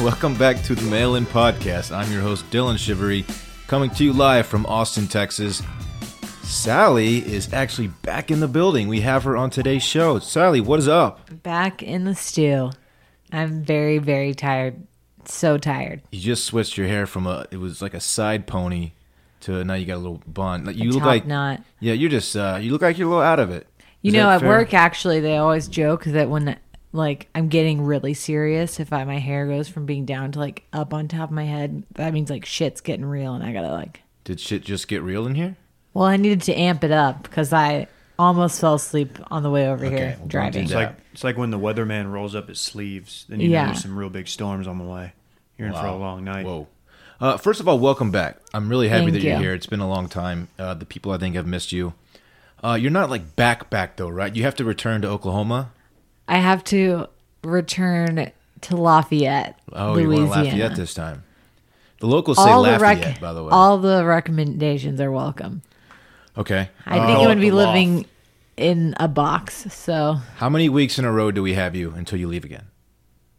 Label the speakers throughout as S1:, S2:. S1: Welcome back to the Mail In Podcast. I'm your host, Dylan Shivery, coming to you live from Austin, Texas. Sally is actually back in the building. We have her on today's show. Sally, what is up?
S2: Back in the stew. I'm very, very tired. So tired.
S1: You just switched your hair from a, it was like a side pony to now you got a little bun. Like, You look
S2: Top
S1: like,
S2: knot.
S1: yeah, you're just, uh, you look like you're a little out of it.
S2: You
S1: Is
S2: know,
S1: that
S2: at
S1: fair?
S2: work, actually, they always joke that when like I'm getting really serious, if I, my hair goes from being down to like up on top of my head, that means like shit's getting real, and I gotta like.
S1: Did shit just get real in here?
S2: Well, I needed to amp it up because I almost fell asleep on the way over
S1: Okay,
S2: here
S1: well, don't
S2: driving.
S1: do
S3: It's
S1: Yeah.
S3: like it's like when the weatherman rolls up his sleeves, then you
S2: Yeah.
S3: know there's some real big storms on the way. You're in for a
S1: Wow.
S3: long night.
S1: Whoa. Uh, first of all, welcome back. I'm really happy
S2: Thank
S1: that you're
S2: you.
S1: here. It's been a long time. Uh, the people I think have missed you. Uh, you're not like back back though, right? You have to return to Oklahoma.
S2: I have to return to Lafayette,
S1: Oh, you're
S2: Louisiana.
S1: going to Lafayette this time. The locals say
S2: all the
S1: Lafayette,
S2: rec-
S1: by the way.
S2: all the recommendations are welcome.
S1: okay.
S2: I
S1: Uh,
S2: think I'm
S3: call
S2: gonna
S3: it
S2: be
S3: the loft.
S2: living in a box, so
S1: how many weeks in a row do we have you until you leave again?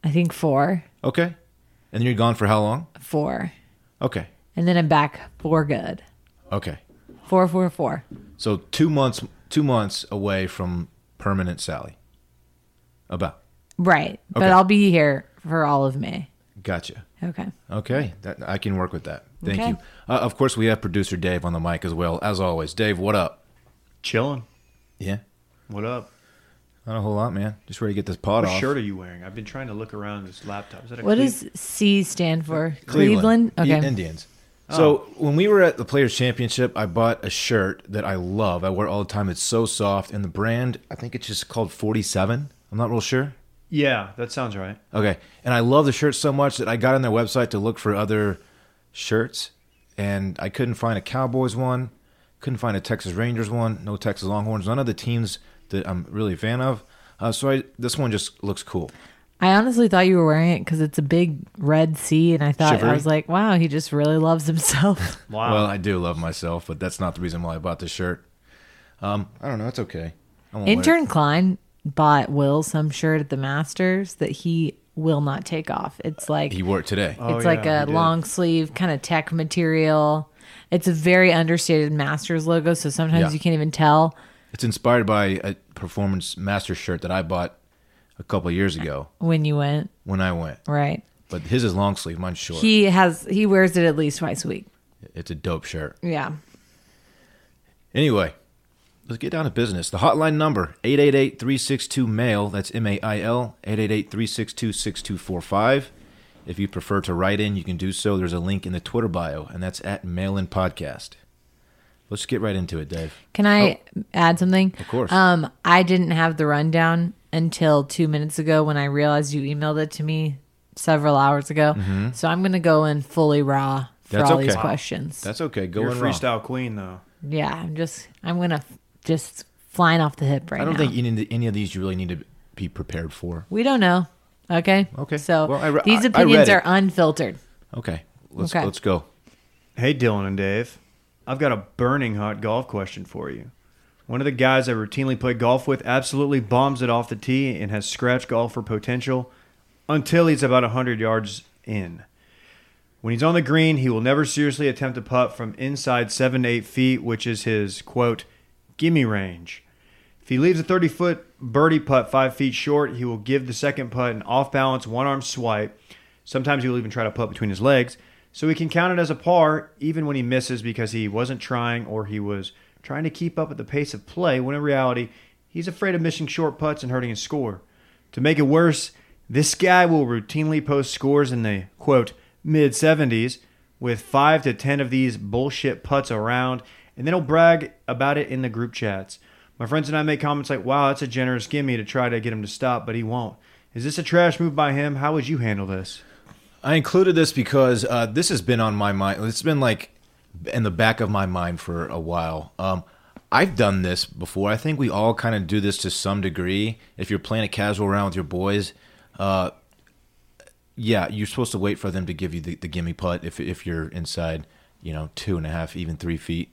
S2: I think four,
S1: Okay. And then you're gone for how long?
S2: four,
S1: Okay.
S2: and then I'm back for good.
S1: Okay.
S2: Four, four, four.
S1: So two months, two months away from permanent Sally. About.
S2: Right, but
S1: Okay.
S2: I'll be here for all of May.
S1: Gotcha.
S2: Okay.
S1: Okay, that, I can work with that. Thank
S2: Okay.
S1: you. Uh, of course, we have producer Dave on the mic as well, as always. Dave, what up?
S3: Chilling.
S1: Yeah,
S3: What up?
S1: not a whole lot, man. Just ready to get this pod
S3: What
S1: off.
S3: shirt are you wearing? I've been trying to look around this laptop. Is that a
S2: What
S3: Cle-
S2: does C stand for? Cleveland.
S1: I-
S2: Okay.
S1: E, Indians. So
S3: Oh.
S1: when we were at the Players Championship, I bought a shirt that I love. I wear it all the time. It's so soft, and the brand I think it's just called Forty Seven. I'm not real sure.
S3: Yeah, that sounds right.
S1: Okay. And I love the shirt so much that I got on their website to look for other shirts and I couldn't find a Cowboys one, couldn't find a Texas Rangers one, no Texas Longhorns, none of the teams that I'm really a fan of. Uh, so I, this one just looks cool.
S2: I honestly thought you were wearing it because it's a big red C, and I thought
S1: Shivery.
S2: I was like, wow, he just really loves himself.
S3: Wow.
S1: Well, I do love myself, but that's not the reason why I bought this shirt. Um, I don't know. It's okay. I won't wear it.
S2: Intern Klein bought Will some shirt at the Masters that he will not take off. It's like
S1: He wore it today.
S3: Oh,
S2: it's
S3: yeah,
S2: like a
S3: he did.
S2: long sleeve kind of tech material. It's a very understated Masters logo, so sometimes
S1: Yeah.
S2: you can't even tell.
S1: It's inspired by a performance master shirt that I bought a couple years ago
S2: when you went
S1: when I went.
S2: right
S1: But his is long sleeve, mine's short.
S2: he has he wears it at least twice a week
S1: it's a dope shirt.
S2: yeah
S1: Anyway, let's get down to business. The hotline number, 888-362-MAIL. That's M-A-I-L, 888-362-6245. If you prefer to write in, you can do so. There's a link in the Twitter bio, and that's at Mail In Podcast. Let's get right into it, Dave.
S2: can i add something
S1: Oh. Of course.
S2: um i didn't have the rundown until two minutes ago when i realized you emailed it to me several hours ago so i'm gonna go in fully raw for
S1: Mm-hmm. That's
S2: all
S1: okay.
S2: these
S1: Wow.
S2: questions
S1: That's okay. Go
S3: You're a
S1: in raw.
S3: freestyle queen though.
S2: yeah i'm just i'm gonna f- just flying off the hip right
S1: I don't
S2: now
S1: think any, any of these you really need to be prepared for.
S2: we don't know okay
S1: Okay.
S2: so
S1: Well, I re- I- I
S2: these
S1: read
S2: opinions
S1: it.
S2: are unfiltered
S1: Okay. Let's,
S2: Okay.
S1: let's go.
S3: Hey, Dylan and Dave. I've got a burning hot golf question for you. One of the guys I routinely play golf with absolutely bombs it off the tee and has scratch golfer potential until he's about 100 yards in. When he's on the green, he will never seriously attempt a putt from inside 7 to 8 feet, which is his, quote, gimme range. If he leaves a 30 foot birdie putt 5 feet short, he will give the second putt an off balance one arm swipe. Sometimes he will even try to putt between his legs. So he can count it as a par even when he misses because he wasn't trying or he was trying to keep up at the pace of play when in reality, he's afraid of missing short putts and hurting his score. To make it worse, this guy will routinely post scores in the quote mid 70s with 5 to 10 of these bullshit putts around and then he'll brag about it in the group chats. My friends and I make comments like, "Wow, that's a generous gimme to try to get him to stop, but he won't." Is this a trash move by him? How would you handle this?
S1: I included this because uh, this has been on my mind. It's been like in the back of my mind for a while. Um, I've done this before. I think we all kind of do this to some degree. If you're playing a casual round with your boys, uh, yeah, you're supposed to wait for them to give you the, the gimme putt if if you're inside, you know, two and a half, even three feet.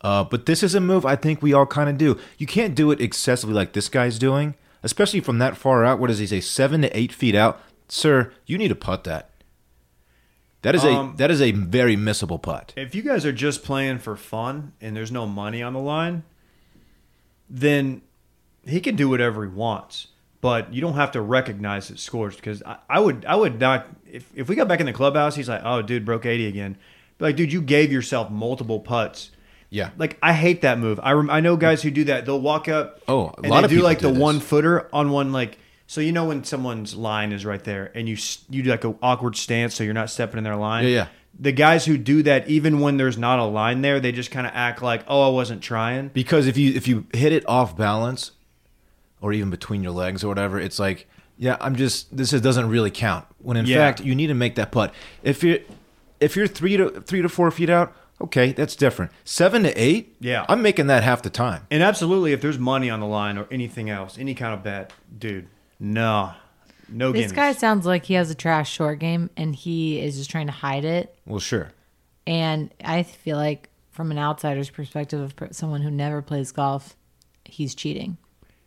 S1: Uh, but this is a move I think we all kind of do. You can't do it excessively like this guy's doing, especially from that far out. What does he say? Seven to eight feet out, sir. You need to putt that. That is
S3: Um,
S1: a that is a very missable putt.
S3: If you guys are just playing for fun and there's no money on the line, then he can do whatever he wants. But you don't have to recognize his scores because I, I would I would not if, if we got back in the clubhouse, he's like, Oh dude, broke eighty again. Be like, dude, you gave yourself multiple putts.
S1: Yeah.
S3: Like I hate that move. I rem- I know guys who do that. They'll walk up.
S1: Oh, a
S3: and
S1: lot
S3: they
S1: of
S3: do
S1: people
S3: like
S1: do
S3: the
S1: this.
S3: one footer on one like. So you know when someone's line is right there, and you s- you do like an awkward stance, so you're not stepping in their line.
S1: Yeah, yeah.
S3: The guys who do that, even when there's not a line there, they just kind of act like, "Oh, I wasn't trying."
S1: Because if you if you hit it off balance, or even between your legs or whatever, it's like, yeah, I'm just this is, doesn't really count. When in
S3: Yeah.
S1: fact, you need to make that putt. If you're if you're three to three to four feet out, okay, that's different. Seven to eight,
S3: Yeah.
S1: I'm making that half the time.
S3: And absolutely, if there's money on the line or anything else, any kind of bet, dude, no, no.
S2: This
S3: Guinness.
S2: guy sounds like he has a trash short game and he is just trying to hide it.
S1: Well, sure.
S2: And I feel like, from an outsider's perspective of per- someone who never plays golf, he's cheating.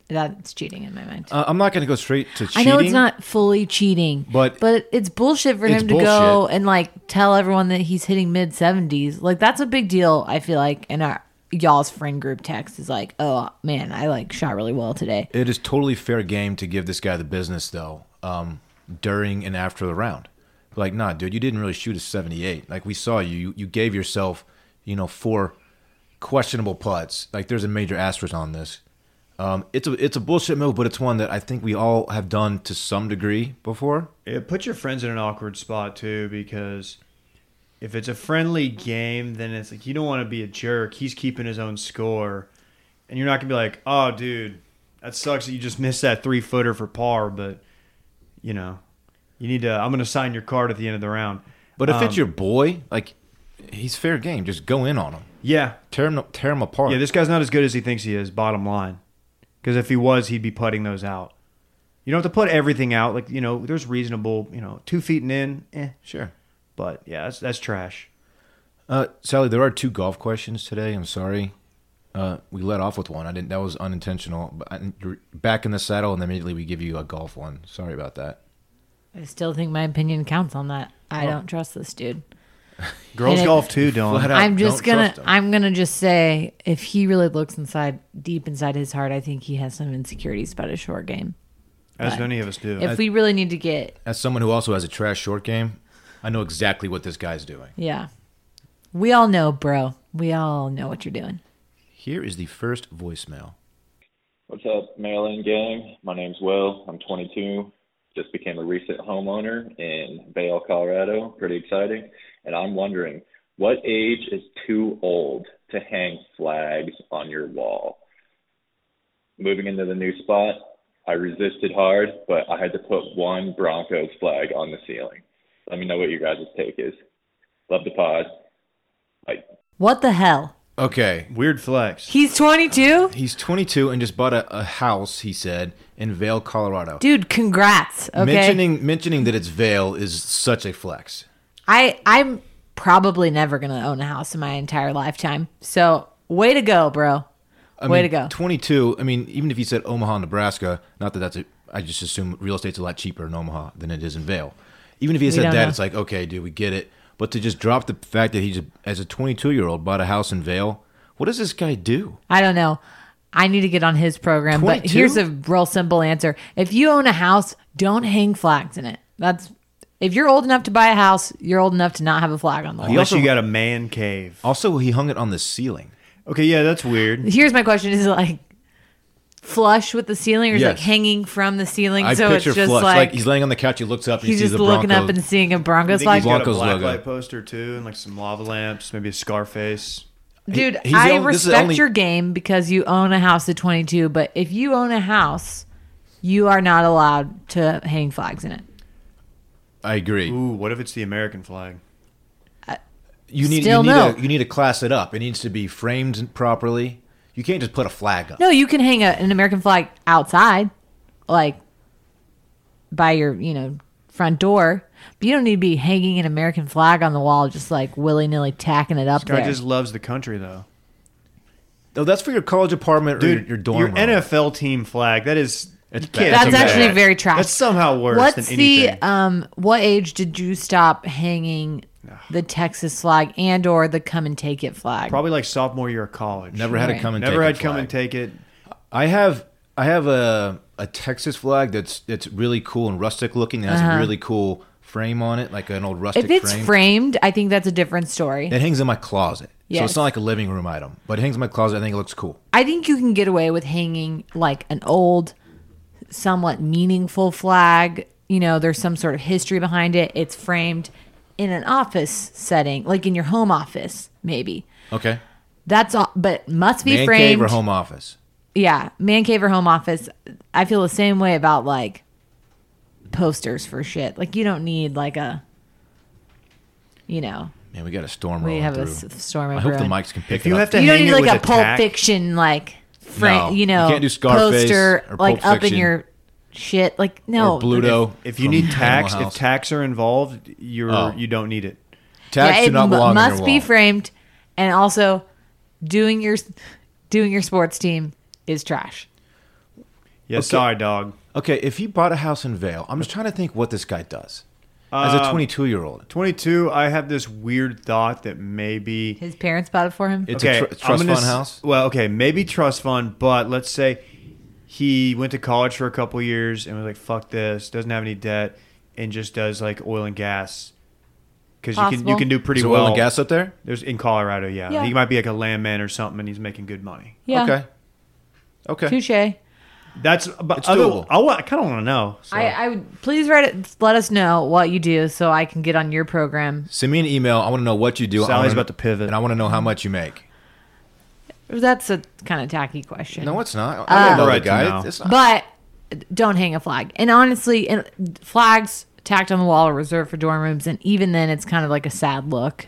S2: That's cheating in my mind.
S1: Uh, I'm not going to go straight to
S2: I
S1: cheating.
S2: know it's not fully cheating,
S1: But-
S2: but it's bullshit for
S1: It's
S2: him to go
S1: bullshit.
S2: and like tell everyone that he's hitting mid seventies. Like that's a big deal. I feel like in our y'all's friend group text is like, oh man, I like shot really well today.
S1: It is totally fair game to give this guy the business though, um, during and after the round. Like, nah, dude, you didn't really shoot a 78. Like we saw you, you, you gave yourself, you know, four questionable putts. Like there's a major asterisk on this. Um, it's a it's a bullshit move, but it's one that I think we all have done to some degree before.
S3: It puts your friends in an awkward spot too because if it's a friendly game, then it's like you don't want to be a jerk. He's keeping his own score, and you're not gonna be like, "Oh, dude, that sucks that you just missed that three footer for par." But you know, you need to. I'm gonna sign your card at the end of the round.
S1: But if
S3: Um,
S1: it's your boy, like he's fair game. Just go in on him,
S3: yeah,
S1: tear him tear him apart.
S3: yeah, this guy's not as good as he thinks he is. Bottom line, because if he was, he'd be putting those out. You don't have to put everything out. Like you know, there's reasonable. You know, two feet and in, eh.
S1: sure.
S3: But yeah, that's that's trash.
S1: Uh, Sally, there are two golf questions today. I'm sorry, uh, we let off with one. I didn't. That was unintentional. But I, you're back in the saddle, and immediately we give you a golf one. Sorry about that.
S2: I still think my opinion counts on that. I don't trust this dude.
S3: Girls
S2: And it-
S3: golf too, Dylan.
S1: Flat out
S2: I'm just
S1: don't
S2: gonna
S1: trust him.
S2: I'm gonna just say if he really looks inside deep inside his heart, I think he has some insecurities about his short game.
S3: As
S2: But
S3: many of us do.
S2: If we really need to get
S1: As someone who also has a trash short game, I know exactly what this guy's doing.
S2: yeah. We all know, bro. We all know what you're doing.
S1: Here is the first voicemail.
S4: What's up, Maryland gang? My name's Will. I'm 22. Just became a recent homeowner in Vail, Colorado. Pretty exciting. And I'm wondering, what age is too old to hang flags on your wall? Moving into the new spot, I resisted hard, but I had to put one Broncos flag on the ceiling. Let me know what your guys' take is. Love the pod. Bye.
S2: What the hell?
S1: Okay,
S3: Weird flex.
S2: He's 22?
S1: he's 22 and just bought a, a house. He said in Vail, Colorado.
S2: Dude, congrats. Okay.
S1: Mentioning mentioning that it's Vail is such a flex.
S2: I I'm probably never going to own a house in my entire lifetime. So, way to go, bro.
S1: I
S2: way
S1: mean,
S2: to go.
S1: 22. I mean, even if you said Omaha, Nebraska, not that that's a, I just assume real estate's a lot cheaper in Omaha than it is in Vale. Even if you
S2: don't
S1: said that,
S2: know.
S1: it's like, okay, dude, we get it. But to just drop the fact that he just, as a 22 year old, bought a house in Vale, what does this guy do?
S2: I don't know. I need to get on his program, but
S1: 22?
S2: here's a real simple answer. If you own a house, don't hang flags in it. That's if you're old enough to buy a house, you're old enough to not have a flag on the wall.
S3: Unless
S1: also-
S3: you got a man cave.
S1: Also, he hung it on the ceiling.
S3: Okay, yeah, that's weird.
S2: Here's my question is it like flush with the ceiling or is it like
S1: Yes.
S2: hanging from the ceiling
S1: I
S2: so it's
S1: picture
S2: just
S1: Flush. Like,
S2: like,
S1: he's laying on the couch, he looks up, and he
S2: he's
S1: sees
S2: just
S1: the
S2: looking
S1: Broncos.
S2: up and seeing a
S3: I
S2: Broncos
S3: think
S2: flag.
S3: he's
S1: he's
S3: got a
S1: Broncos
S3: black
S1: logo.
S3: light poster too, and like some lava lamps, maybe a Scarface.
S2: Dude,
S1: he's the
S2: I
S1: only- this is the
S2: respect
S1: only-
S2: your game because you own a house at 22, but if you own a house, you are not allowed to hang flags in it.
S1: I agree.
S3: Ooh, what if it's the American flag?
S1: You need,
S2: Still
S1: you, need
S2: no.
S1: to, you need to class it up. It needs to be framed properly. You can't just put a flag up.
S2: No, you can hang a, an American flag outside, like by your, you know, front door, but you don't need to be hanging an American flag on the wall just like willy nilly tacking it up
S3: Guy
S2: there.
S3: just loves the country though.
S1: No, that's for your college apartment or your, your dorm
S3: your
S1: room.
S3: NFL team flag. That is
S1: It's
S3: can't-
S1: bad.
S2: That's
S3: That's okay.
S2: actually very trash.
S3: That's somehow worse
S2: What's
S3: than
S2: the
S3: anything.
S2: um? What age did you stop hanging the Texas flag and or the come and take it flag?
S3: Probably like sophomore year of college.
S1: Never had a
S2: Right.
S1: come and
S3: Never
S1: take
S3: had
S1: it
S3: come
S1: flag.
S3: and take it.
S1: I have I have a a Texas flag that's that's really cool and rustic looking. It has
S2: Uh-huh.
S1: a really cool frame on it, like an old rustic
S2: if it's
S1: frame.
S2: framed, I think that's a different story.
S1: it hangs in my closet. So
S2: Yes.
S1: it's not like a living room item, but it hangs in my closet. I think it looks cool.
S2: I think you can get away with hanging like an old, somewhat meaningful flag. You know, there's some sort of history behind it. It's framed in an office setting, like in your home office, maybe.
S1: Okay.
S2: That's all, but must be
S1: Man
S2: framed.
S1: cave or home office.
S2: Yeah, man cave or home office. I feel the same way about like posters for shit. Like you don't need like a, you know,
S1: Man, we got a storm
S2: we
S1: rolling
S2: have
S1: through.
S2: a s- storm.
S1: I hope the
S2: brewing.
S1: mics can pick
S3: If
S1: it
S3: you
S1: up.
S3: have to
S2: you don't
S3: hang
S2: need
S3: it
S2: like
S3: with
S2: a
S3: a
S2: Pulp
S3: tack.
S2: Fiction like
S1: No,
S2: friend, you
S1: you
S2: know,
S1: can't do Scarface
S2: poster
S1: or Pulp
S2: like up in
S1: Fiction.
S2: your shit. Like no,
S1: or Bluto.
S3: If you
S1: from
S3: need
S1: Animal
S3: tax, if
S1: House.
S3: tax are involved, you're
S1: Oh.
S3: you don't need it.
S1: Tax
S2: yeah,
S1: do
S2: it
S1: not
S2: mu-
S1: belong on your
S2: must be
S1: wall.
S2: framed, and also doing your doing your sports team is trash.
S3: Yeah, sorry, dog.
S1: Okay, if he bought a house in Vale, I'm just trying to think what this guy does as
S3: Um,
S1: a 22 year old.
S3: 22. I have this weird thought that maybe
S2: His parents bought it for him.
S1: It's a tr-
S3: I'm
S1: trust
S3: gonna
S1: fund
S3: s-
S1: house.
S3: Well, okay, maybe trust fund, but let's say he went to college for a couple years and was like, "Fuck this," doesn't have any debt, and just does like oil and gas because you can you
S2: Possible.
S3: can do pretty
S1: Is there
S3: well.
S1: oil and gas up there?
S3: There's in Colorado, yeah.
S2: Yeah.
S3: He might be like a landman or something, and he's making good money.
S2: yeah,
S1: Okay. Okay.
S2: touche.
S3: That's but
S1: It's
S3: other,
S1: doable.
S3: I, wa- I kind of want to know. so.
S2: I, I would please write it. Let us know what you do so I can get on your program.
S1: Send me an email. I want to know what you do. I
S3: Sally's
S1: wanna-
S3: about to pivot.
S1: And I want to know how much you make.
S2: That's a kind of tacky question.
S1: No, it's not. I don't know
S3: Right
S1: the
S3: to
S1: guy.
S3: know.
S1: It's not.
S2: Uh, but don't hang a flag. And honestly, and flags tacked on the wall are reserved for dorm rooms, and even then, it's kind of like a sad look,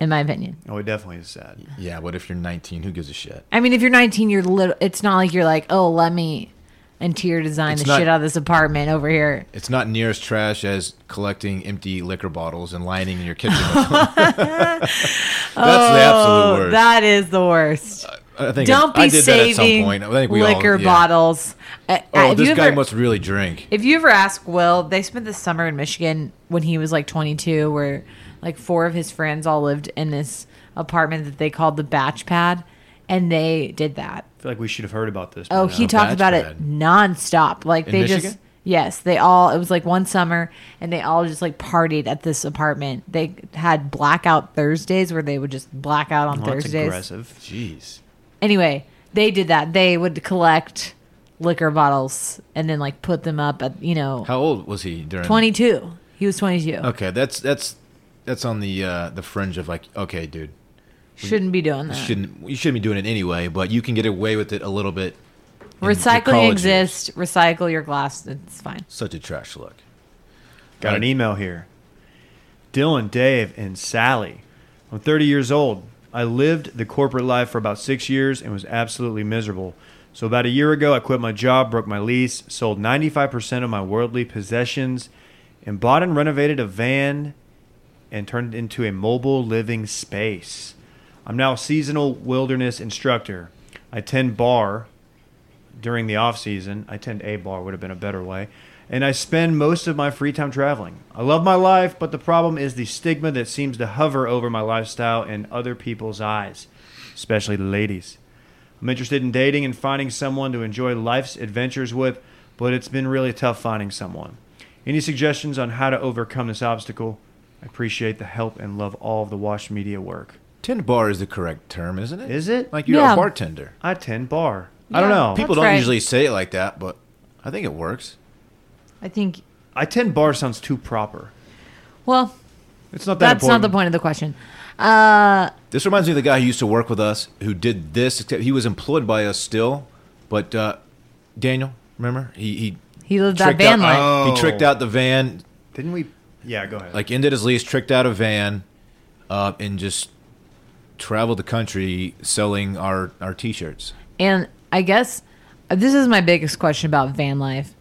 S2: in my opinion.
S3: oh, it definitely is sad.
S1: yeah, what if you're 19? Who gives a shit?
S2: I mean, if you're 19, you're little. It's not like you're like, oh, let me interior design
S1: It's
S2: the
S1: not-
S2: shit out of this apartment over here.
S1: It's not near as trash as collecting empty liquor bottles and lining in your kitchen. with them. That's the absolute worst.
S2: Oh, That is the worst.
S1: I think
S2: Don't
S1: I,
S2: be
S1: I did that at some
S2: saving
S1: point. I think we
S2: liquor
S1: all, yeah.
S2: bottles. Uh, uh,
S1: Oh,
S2: if
S1: this
S2: you
S1: guy
S2: ever-
S1: must really drink.
S2: If you ever ask Will, they spent the summer in Michigan when he was like 22, where like four of his friends all lived in this apartment that they called the batch pad, and they did that.
S3: I feel like we should have heard about this. by
S2: Oh,
S3: now.
S2: he talked
S1: batch
S2: about it
S1: pad.
S2: nonstop. Like
S1: In
S2: they just
S1: Michigan?
S2: yes, they all it was like one summer, and they all just like partied at this apartment. They had blackout Thursdays where they would just black out on
S3: Well, that's
S2: Thursdays.
S3: aggressive.
S1: Jeez.
S2: Anyway, they did that. They would collect liquor bottles and then like put them up at you know
S1: How old was he during?
S2: 22. He was 22.
S1: Okay, that's that's that's on the uh, the fringe of like, okay, dude,
S2: Shouldn't be doing that.
S1: shouldn't you shouldn't be doing it anyway, but you can get away with it a little bit. in your
S2: Recycling
S1: college
S2: exists. Recycle your glass. It's fine.
S1: years. Such a trash look.
S3: Got an email here. Dylan, Dave, and Sally. I'm 30 years old. I lived the corporate life for about six years and was absolutely miserable. So, about a year ago, I quit my job, broke my lease, sold 95% of my worldly possessions, and bought and renovated a van and turned it into a mobile living space. I'm now a seasonal wilderness instructor. I attend bar, during the off season. I tend a bar would have been a better way. And I spend most of my free time traveling. I love my life, but the problem is the stigma that seems to hover over my lifestyle in other people's eyes, especially the ladies. I'm interested in dating and finding someone to enjoy life's adventures with, but it's been really tough finding someone. Any suggestions on how to overcome this obstacle? I appreciate the help and love all of the Wash Media work.
S1: Tend bar is the correct term, isn't it?
S3: Is it?
S1: Like you're
S2: Yeah.
S1: a bartender.
S3: I attend bar. I don't
S2: Yeah.
S3: know.
S1: People
S2: That's
S1: don't
S2: right.
S1: usually say it like that, but I think it works.
S2: I think,
S3: I attend bar sounds too proper.
S2: well,
S3: It's not that
S2: that's
S3: important.
S2: not the point of the question. Uh,
S1: This reminds me of the guy who used to work with us, who did this. Except he was employed by us still, but uh, Daniel, remember he he
S2: he lived that
S1: tricked
S2: van
S1: out,
S2: life.
S3: Oh.
S1: He tricked out the van,
S3: Didn't we? Yeah, go ahead.
S1: like ended his lease, tricked out a van, uh, and just traveled the country selling our our t-shirts.
S2: And I guess uh, this is my biggest question about van life.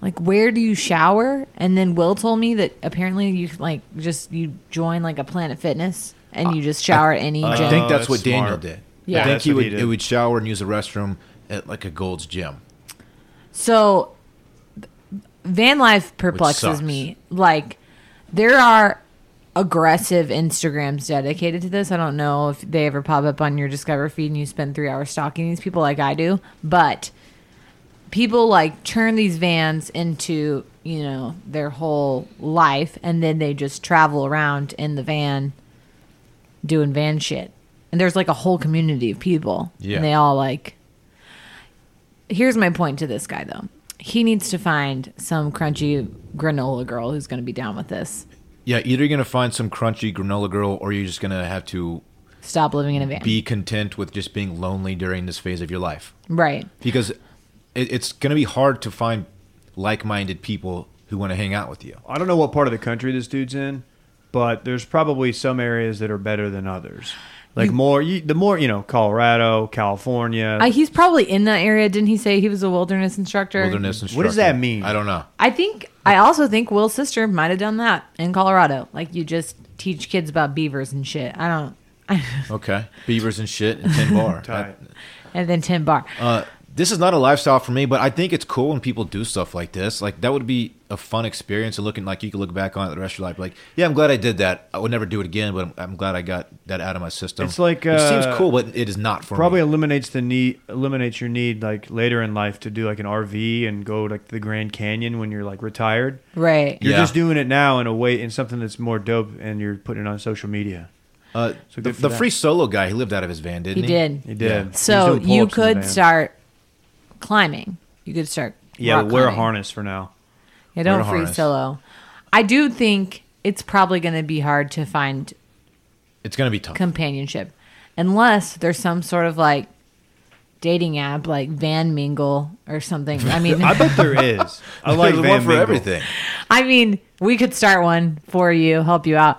S2: Like, where do you shower? And then Will told me that apparently you can, like just you join like a Planet Fitness and you just shower at any
S1: Uh, I
S2: gym.
S1: think Uh, that's,
S3: that's
S1: what Daniel
S3: smart.
S1: did.
S2: Yeah.
S1: I think
S3: That's
S1: he
S3: what
S1: would
S3: he did.
S1: it would shower and use the restroom at like a Gold's Gym.
S2: So van life perplexes
S1: sucks.
S2: me. Like there are aggressive Instagrams dedicated to this. I don't know if they ever pop up on your Discover feed and you spend three hours stalking these people like I do, but people like turn these vans into you know their whole life and then they just travel around in the van doing van shit and there's like a whole community of people
S1: Yeah.
S2: and they all like here's my point to this guy though he needs to find some crunchy granola girl who's going to be down with this
S1: Yeah, either you're gonna find some crunchy granola girl, or you're just gonna have to
S2: stop living in a van
S1: be content with just being lonely during this phase of your life,
S2: right
S1: because it, it's gonna be hard to find like-minded people who want to hang out with you.
S3: I don't know what part of the country this dude's in, but there's probably some areas that are better than others. Like more, you, the more you know, Colorado, California.
S2: I, Uh, he's probably in that area didn't he say he was a wilderness instructor
S1: Wilderness
S3: What does that
S1: instructor.
S3: mean?
S1: I don't know.
S2: I think I also think Will's sister might have done that in Colorado. Like you just teach kids about beavers and shit. I don't.
S1: Okay, beavers and shit and tin bar.
S3: Tight.
S2: And then Tim Bar.
S1: Uh, this is not a lifestyle for me, but I think it's cool when people do stuff like this. Like that would be a fun experience and looking like you could look back on it the rest of your life. Like, yeah, I'm glad I did that. I would never do it again, but I'm, I'm glad I got that out of my system.
S3: It's like,
S1: it seems
S3: uh,
S1: cool, but it is not for
S3: probably
S1: me.
S3: eliminates the need eliminates your need like later in life to do like an RV and go like to the Grand Canyon when you're like retired.
S2: right.
S3: You're
S1: Yeah.
S3: just doing it now in a way in something that's more dope, and you're putting it on social media.
S1: Uh,
S3: So
S1: the
S3: good for
S1: the
S3: that.
S1: free solo guy, he lived out of his van, didn't
S2: He
S1: he?
S2: did.
S3: He did.
S1: Yeah.
S3: He was
S2: So
S3: doing
S2: you
S3: pull-ups in the
S2: could
S3: van.
S2: start climbing. You could start.
S3: Yeah,
S2: rock
S3: wear a
S2: climbing.
S3: harness for now.
S2: Yeah, don't
S1: Wear a
S2: free
S1: harness.
S2: solo. I do think it's probably going to be hard to find
S1: It's gonna be tough.
S2: companionship unless there's some sort of like dating app like Van Mingle or something. I mean,
S3: I bet there is. I like
S1: There's
S3: Van
S1: one for
S3: Mingle.
S1: everything.
S2: I mean, we could start one for you, help you out.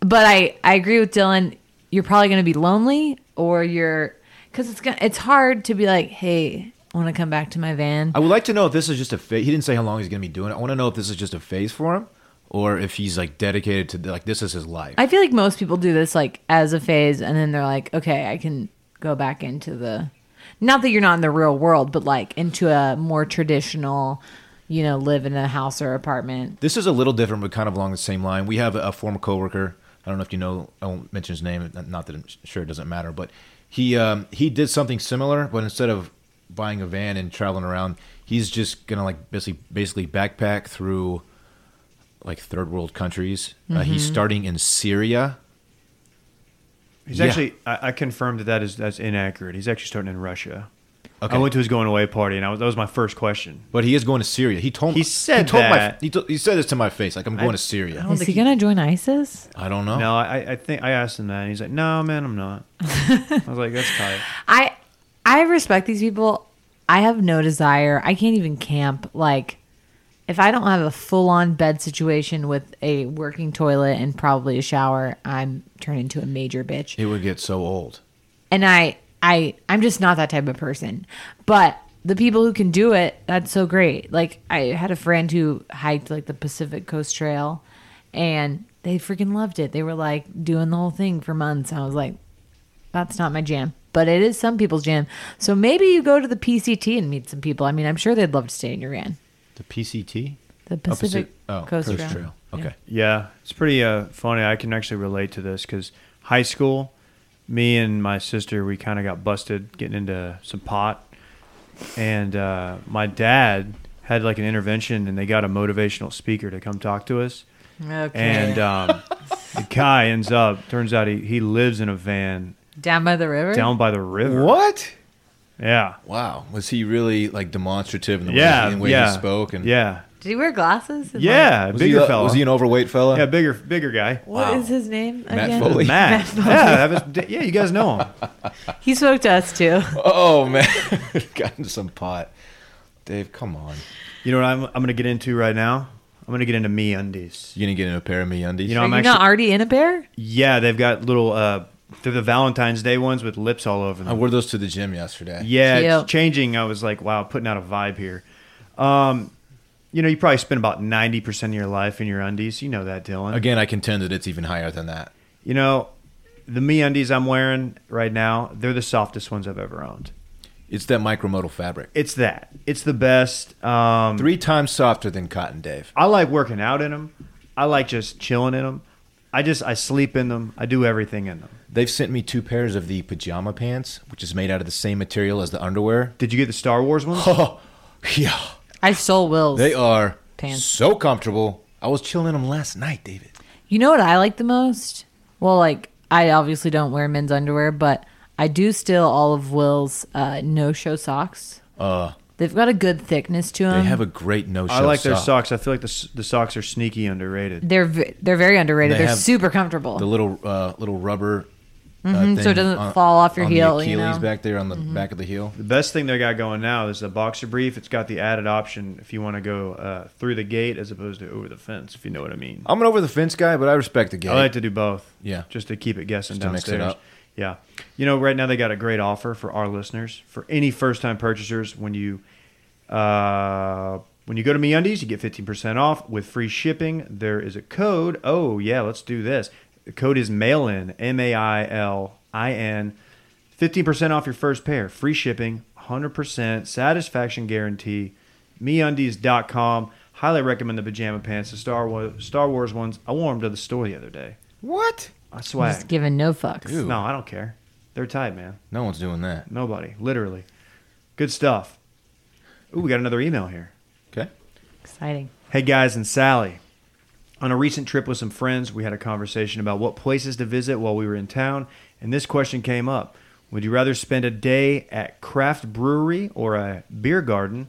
S2: But I, I agree with Dylan. You're probably going to be lonely, or you're because it's gonna, it's hard to be like, hey, I want to come back to my van.
S1: I would like to know if this is just a phase. He didn't say how long he's gonna be doing it. I want to know if this is just a phase for him, or if he's like dedicated to like this is his life.
S2: I feel like most people do this like as a phase, and then they're like, okay, I can go back into the. Not that you're not in the real world, but like into a more traditional, you know, live in a house or apartment.
S1: This is a little different, but kind of along the same line. We have a former coworker. I don't know if you know. I won't mention his name. Not that I'm sure it doesn't matter, but he um, he did something similar, but instead of buying a van and traveling around, he's just gonna like basically basically backpack through like third world countries. Uh, he's
S3: Mm-hmm.
S1: starting in Syria.
S3: He's
S1: Yeah.
S3: actually. I, I confirmed that that is that's inaccurate. He's actually starting in Russia.
S1: Okay.
S3: I went to his going away party, and I was, that was my first question.
S1: But he is going to Syria. He told
S3: He said
S1: he told my
S3: that.
S1: he, to- he said this to my face like I'm going to
S3: I
S1: Syria.
S3: don't
S2: Is
S3: think
S2: he
S3: he-
S2: gonna join ISIS?
S1: I don't know.
S3: No, I, I think I asked him that, and he's like, "No, man, I'm not." I was like, "That's tight."
S2: I I respect these people. I have no desire. I can't even camp. Like if I don't have a full on bed situation with a working toilet and probably a shower, I'm turned into a major bitch.
S1: It would get so old.
S2: And I I I'm just not that type of person. But the people who can do it, that's so great. Like I had a friend who hiked like the Pacific Coast Trail and they freaking loved it. They were like doing the whole thing for months. I was like, that's not my jam, but it is some people's jam. So maybe you go to the PCT and meet some people. I mean, I'm sure they'd love to stay in your van.
S1: The PCT.
S2: The
S1: Oh, Paci-
S2: Pacific
S1: oh,
S2: Coast, Trail.
S1: Okay.
S3: Yeah, it's pretty uh, funny. I can actually relate to this because high school, me and my sister, we kind of got busted getting into some pot, and uh, my dad had like an intervention, and they got a motivational speaker to come talk to us.
S2: Okay.
S3: And um, the guy ends up, turns out he, he lives in a van
S2: down by the river.
S3: down by the river.
S1: What?
S3: Yeah.
S1: Wow, was he really like demonstrative in the way,
S3: Yeah.
S1: in the way
S3: yeah.
S1: he spoke? And
S3: yeah.
S2: Did he wear glasses? And, like,
S3: Yeah.
S1: was
S3: bigger
S1: he, a-
S3: fella.
S1: Was he an overweight fella?
S3: yeah, bigger bigger guy.
S2: what is
S1: Wow.
S2: his name
S1: Matt
S2: again?
S1: Foley.
S3: Matt. Yeah, that was, yeah, you guys know him.
S2: He spoke to us too.
S1: Oh man, got into some pot. Dave, come on.
S3: You know what I'm, I'm going to get into right now? I'm going to get into me undies.
S1: You gonna get in a pair of me undies?
S3: You know,
S2: Are
S3: I'm
S2: you
S3: actually.
S2: not already in a bear?
S3: yeah, they've got little. Uh, they're the Valentine's Day ones with lips all over
S1: I
S3: them.
S1: wore those to the gym yesterday.
S3: Yeah,
S2: Cute.
S3: it's changing. I was like, wow, putting out a vibe here. Um, you know, you probably spend about 90% of your life in your undies. You know that, Dylan.
S1: Again, I contend that it's even higher than that.
S3: You know, the me undies I'm wearing right now, they're the softest ones I've ever owned.
S1: It's that micromodal fabric.
S3: It's that. It's the best. Um,
S1: Three times softer than cotton, Dave.
S3: I like working out in them. I like just chilling in them. I just I sleep in them. I do everything in them.
S1: They've sent me two pairs of the pajama pants, which is made out of the same material as the underwear.
S3: Did you get the Star Wars ones?
S1: Oh, yeah.
S2: I stole Will's.
S1: They are
S2: Pants.
S1: so comfortable. I was chilling in them last night, David.
S2: You know what I like the most? Well, like I obviously don't wear men's underwear, but I do steal all of Will's uh, no-show socks.
S1: Uh,
S2: They've got a good thickness to them.
S1: They have a great no-show.
S3: Um, I like their
S1: sock.
S3: socks. I feel like the s- the socks are sneaky underrated.
S2: they're v- they're very underrated.
S1: They
S2: They are
S1: have
S2: super comfortable.
S1: The little uh, little rubber. uh,
S2: Mm-hmm, so it
S1: thing
S2: doesn't fall off your
S1: on
S2: heel,
S1: The Achilles
S2: you know? Mm-hmm.
S1: back there on the back of the heel.
S3: The best thing they got going now is the boxer brief. It's got the added option if you want to go uh, through the gate as opposed to over the fence, if you know what I mean.
S1: I'm an over the fence guy, but I respect the game.
S3: I like to do both.
S1: Yeah.
S3: Just to keep it guessing
S1: Just to mix it
S3: downstairs.
S1: up.
S3: Yeah. You know, right now they got a great offer for our listeners. For any first time purchasers, when you uh when you go to MeUndies, you get 15% off with free shipping. There is a code. Oh, yeah, let's do this. The code is mailin, M A I L I N. 15% off your first pair, free shipping, 100% satisfaction guarantee. MeUndies.com. Highly recommend the pajama pants, the Star Wars, Star Wars ones. I wore them to the store the other day.
S1: what?
S3: I
S2: Just
S3: swag.
S2: giving no fucks.
S1: Ew.
S3: No, I don't care. They're tight, man.
S1: No one's doing that.
S3: Nobody, literally. Good stuff. Ooh, we got another email here.
S1: Okay.
S2: Exciting.
S3: Hey guys and Sally. On a recent trip with some friends, we had a conversation about what places to visit while we were in town, and this question came up. Would you rather spend a day at craft brewery or a beer garden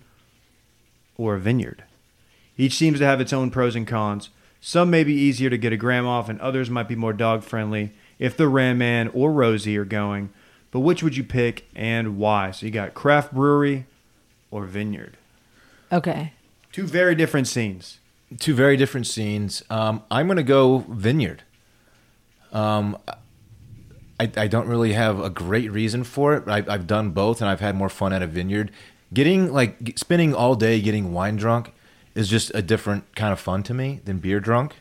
S3: or a vineyard? Each seems to have its own pros and cons. Some may be easier to get a gram off, and others might be more dog friendly if the Ram Man or Rosie are going. But which would you pick and why? So you got craft brewery or vineyard.
S2: Okay.
S3: Two very different scenes.
S1: Two very different scenes. Um, I'm going to go vineyard. Um, I, I don't really have a great reason for it. But I, I've done both, and I've had more fun at a vineyard. Getting like g- spending all day getting wine drunk is just a different kind of fun to me than beer drunk.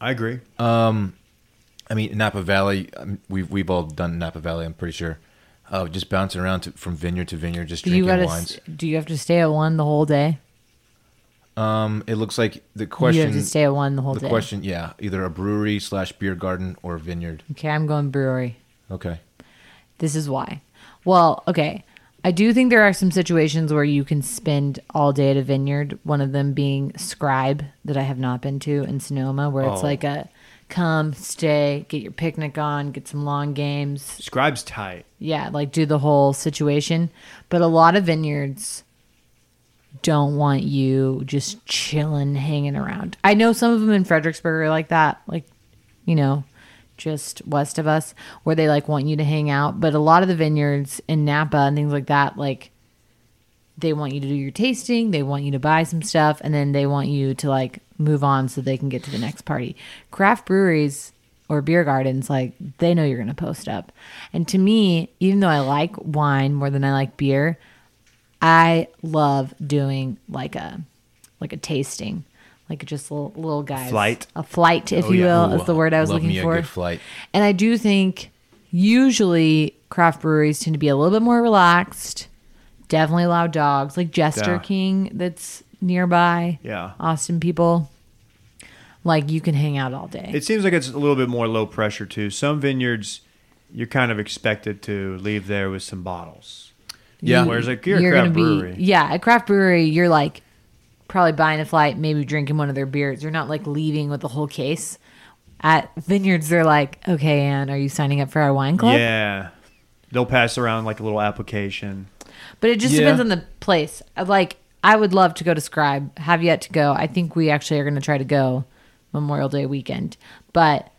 S3: I agree.
S1: I mean, Napa Valley. um, We've we've all done Napa Valley. I'm pretty sure. Uh, just bouncing around to, from vineyard to vineyard, just
S2: Do you
S1: drinking
S2: gotta?
S1: wines.
S2: s- Do you have to stay at one the whole day?
S1: Um, it looks like the question.
S2: you have to stay at one the whole
S1: the
S2: day.
S1: question, yeah, either a brewery slash beer garden or a vineyard.
S2: Okay, I'm going brewery.
S1: Okay.
S2: This is why. Well, okay. I do think there are some situations where you can spend all day at a vineyard, one of them being Scribe that I have not been to in Sonoma, where it's
S3: Oh.
S2: like a come, stay, get your picnic on, get some long games,
S3: Scribe's tight.
S2: yeah, like do the whole situation. But a lot of vineyards don't want you just chilling, hanging around. I know some of them in Fredericksburg are like that, like, you know, just west of us, where they like want you to hang out. But a lot of the vineyards in Napa and things like that, like, they want you to do your tasting, they want you to buy some stuff, and then they want you to like move on so they can get to the next party. Craft breweries or beer gardens, like they know you're gonna post up. And to me, even though I like wine more than I like beer, I love doing like a like a tasting. Like just little, little guys.
S3: flight?
S2: A flight, if
S1: Oh,
S2: you
S1: yeah.
S2: will,
S1: Ooh,
S2: is the word I was
S1: love
S2: looking
S1: me a
S2: for.
S1: good flight.
S2: And I do think usually craft breweries tend to be a little bit more relaxed. Definitely allow dogs, like Jester
S3: Yeah.
S2: King, that's nearby.
S3: Yeah.
S2: Austin people, like you can hang out all day.
S3: It seems like it's a little bit more low pressure too. Some vineyards, you're kind of expected to leave there with some bottles.
S1: Yeah.
S3: Whereas like your
S2: You're gonna
S3: craft brewery,
S2: be yeah, at craft brewery, you're like probably buying a flight, maybe drinking one of their beers. You're not like leaving with the whole case. At vineyards, they're like, okay, Anne, are you signing up for our wine club?
S3: yeah, they'll pass around like a little application.
S2: But it just
S1: Yeah.
S2: depends on the place. Uh, Like, I would love to go to Scribe. Have yet to go. I think we actually are going to try to go Memorial Day weekend. But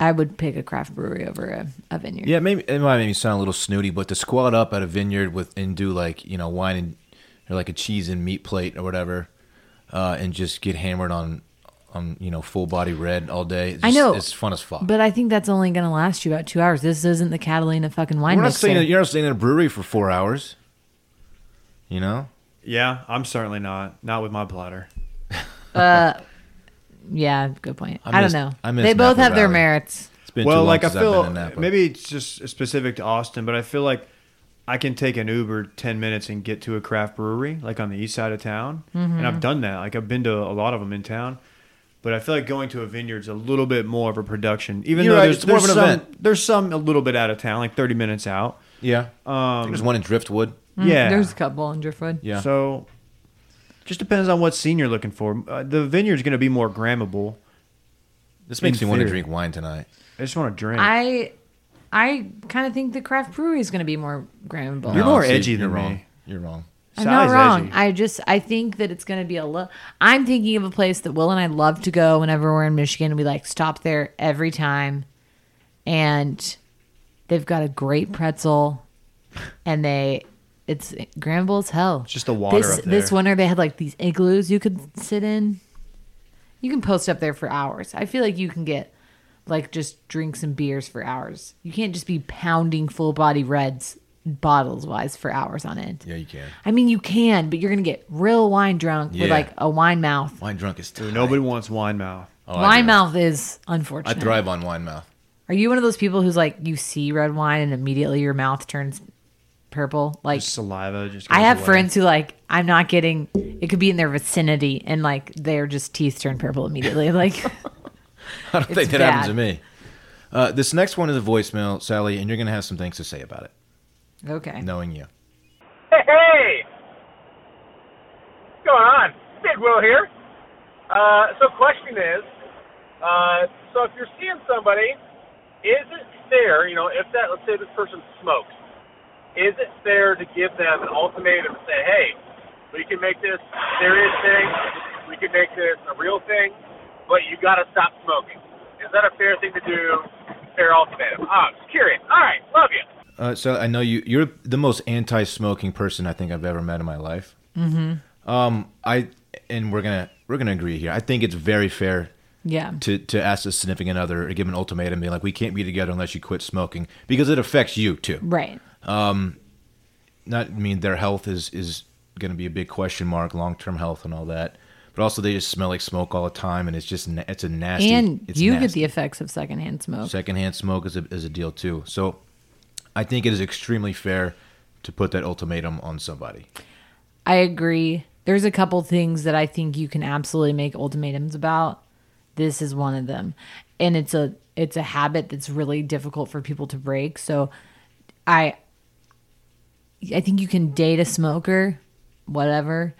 S2: I would pick a craft brewery over a, a vineyard.
S1: Yeah, maybe it might make me sound a little snooty, but to squat up at a vineyard with and do like you know wine and or like a cheese and meat plate or whatever, uh, and just get hammered on on you know full body red all day. it's
S2: I
S1: just-
S2: know.
S1: it's fun as fuck.
S2: But I think that's only going to last you about two hours. This isn't the Catalina fucking wine
S1: We're not
S2: mixer.
S1: staying. You're not staying at a brewery for four hours. You know.
S3: Yeah, I'm certainly not not with my platter.
S2: yeah, good point. I,
S1: miss-
S2: don't know.
S1: I miss
S2: they both
S1: Napa
S2: have their
S1: Valley.
S2: merits.
S1: been too
S3: well,
S1: long
S3: like I
S1: since I've
S3: feel
S1: been in Napa.
S3: maybe it's just specific to Austin, but I feel like I can take an Uber ten minutes and get to a craft brewery, like on the east side of town, and
S2: Mm-hmm.
S3: I've done that. Like I've been to a lot of them in town, but I feel like going to a vineyard's a little bit more of a production, even
S1: You're
S3: though
S1: right,
S3: there's
S1: it's more of
S3: there's
S1: an
S3: some-
S1: event.
S3: there's some a little bit out of town, like thirty minutes out.
S1: yeah. Um, There's one in Driftwood.
S3: yeah,
S2: Mm, There's a couple in Driftwood.
S1: Yeah.
S3: So, just depends on what scene you're looking for. Uh, the vineyard's going to be more grammable.
S1: This makes
S3: in
S1: me want to
S3: theory.
S1: drink wine tonight.
S3: I just want to drink.
S2: I I kind of think the craft brewery is going to be more grammable.
S3: You're
S1: No,
S3: more
S1: see,
S3: edgy
S1: you're
S3: than
S1: wrong.
S3: me.
S1: You're wrong.
S2: I'm
S3: Sally's
S2: not wrong.
S3: edgy.
S2: I just I think that it's going to be a little. I'm thinking of a place that Will and I love to go whenever we're in Michigan. We like stop there every time, and they've got a great pretzel, and they it's grammable as hell.
S3: It's just the water
S2: This
S3: up there.
S2: this winter they had like these igloos you could sit in. You can post up there for hours. I feel like you can get like just drinks and beers for hours. You can't just be pounding full body reds bottles wise for hours on end.
S1: Yeah, you can.
S2: I mean, you can, but you're gonna get real wine drunk
S1: Yeah.
S2: with like a wine mouth.
S1: Wine drunk is tight.
S3: Nobody wants wine mouth.
S1: Oh, I
S2: wine
S1: do.
S2: mouth is
S1: I
S2: unfortunate.
S1: thrive on wine mouth.
S2: Are you one of those people who's like you see red wine and immediately your mouth turns purple? Like
S3: Just saliva. Just
S2: I
S3: goes
S2: have
S3: away.
S2: friends who like I'm not getting. It could be in their vicinity and like their just teeth turn purple immediately. Like
S1: I don't think that happens
S2: bad.
S1: to me. Uh, this next one is a voicemail, Sally, and you're going to have some things to say about it,
S2: okay,
S1: knowing you.
S5: Hey, hey! What's going on? Big Will here. Uh, so, question is, uh, so if you're seeing somebody, is it fair, you know, if that, let's say this person smokes, is it fair to give them an ultimatum and say, hey, we can make this a serious thing, we can make this a real thing, but you gotta stop smoking. Is that a fair thing to do? Fair ultimatum. Ah, just curious. All right, love you.
S1: Uh, so I know you. You're the most anti-smoking person I think I've ever met in my life. Mm-hmm. Um, I and we're gonna we're gonna agree here. I think it's very fair
S2: yeah,
S1: to to ask a significant other or give an ultimatum, being like, "We can't be together unless you quit smoking," because it affects you too.
S2: right.
S1: Not I mean their health is is gonna be a big question mark, long term health and all that. But also they just smell like smoke all the time, and it's just na- it's a nasty.
S2: And
S1: it's
S2: you
S1: nasty.
S2: get the effects of secondhand smoke.
S1: secondhand smoke is a, is a deal too. So I think it is extremely fair to put that ultimatum on somebody.
S2: I agree. There's a couple things that I think you can absolutely make ultimatums about. This is one of them. And it's a it's a habit that's really difficult for people to break. So I I think you can date a smoker, whatever,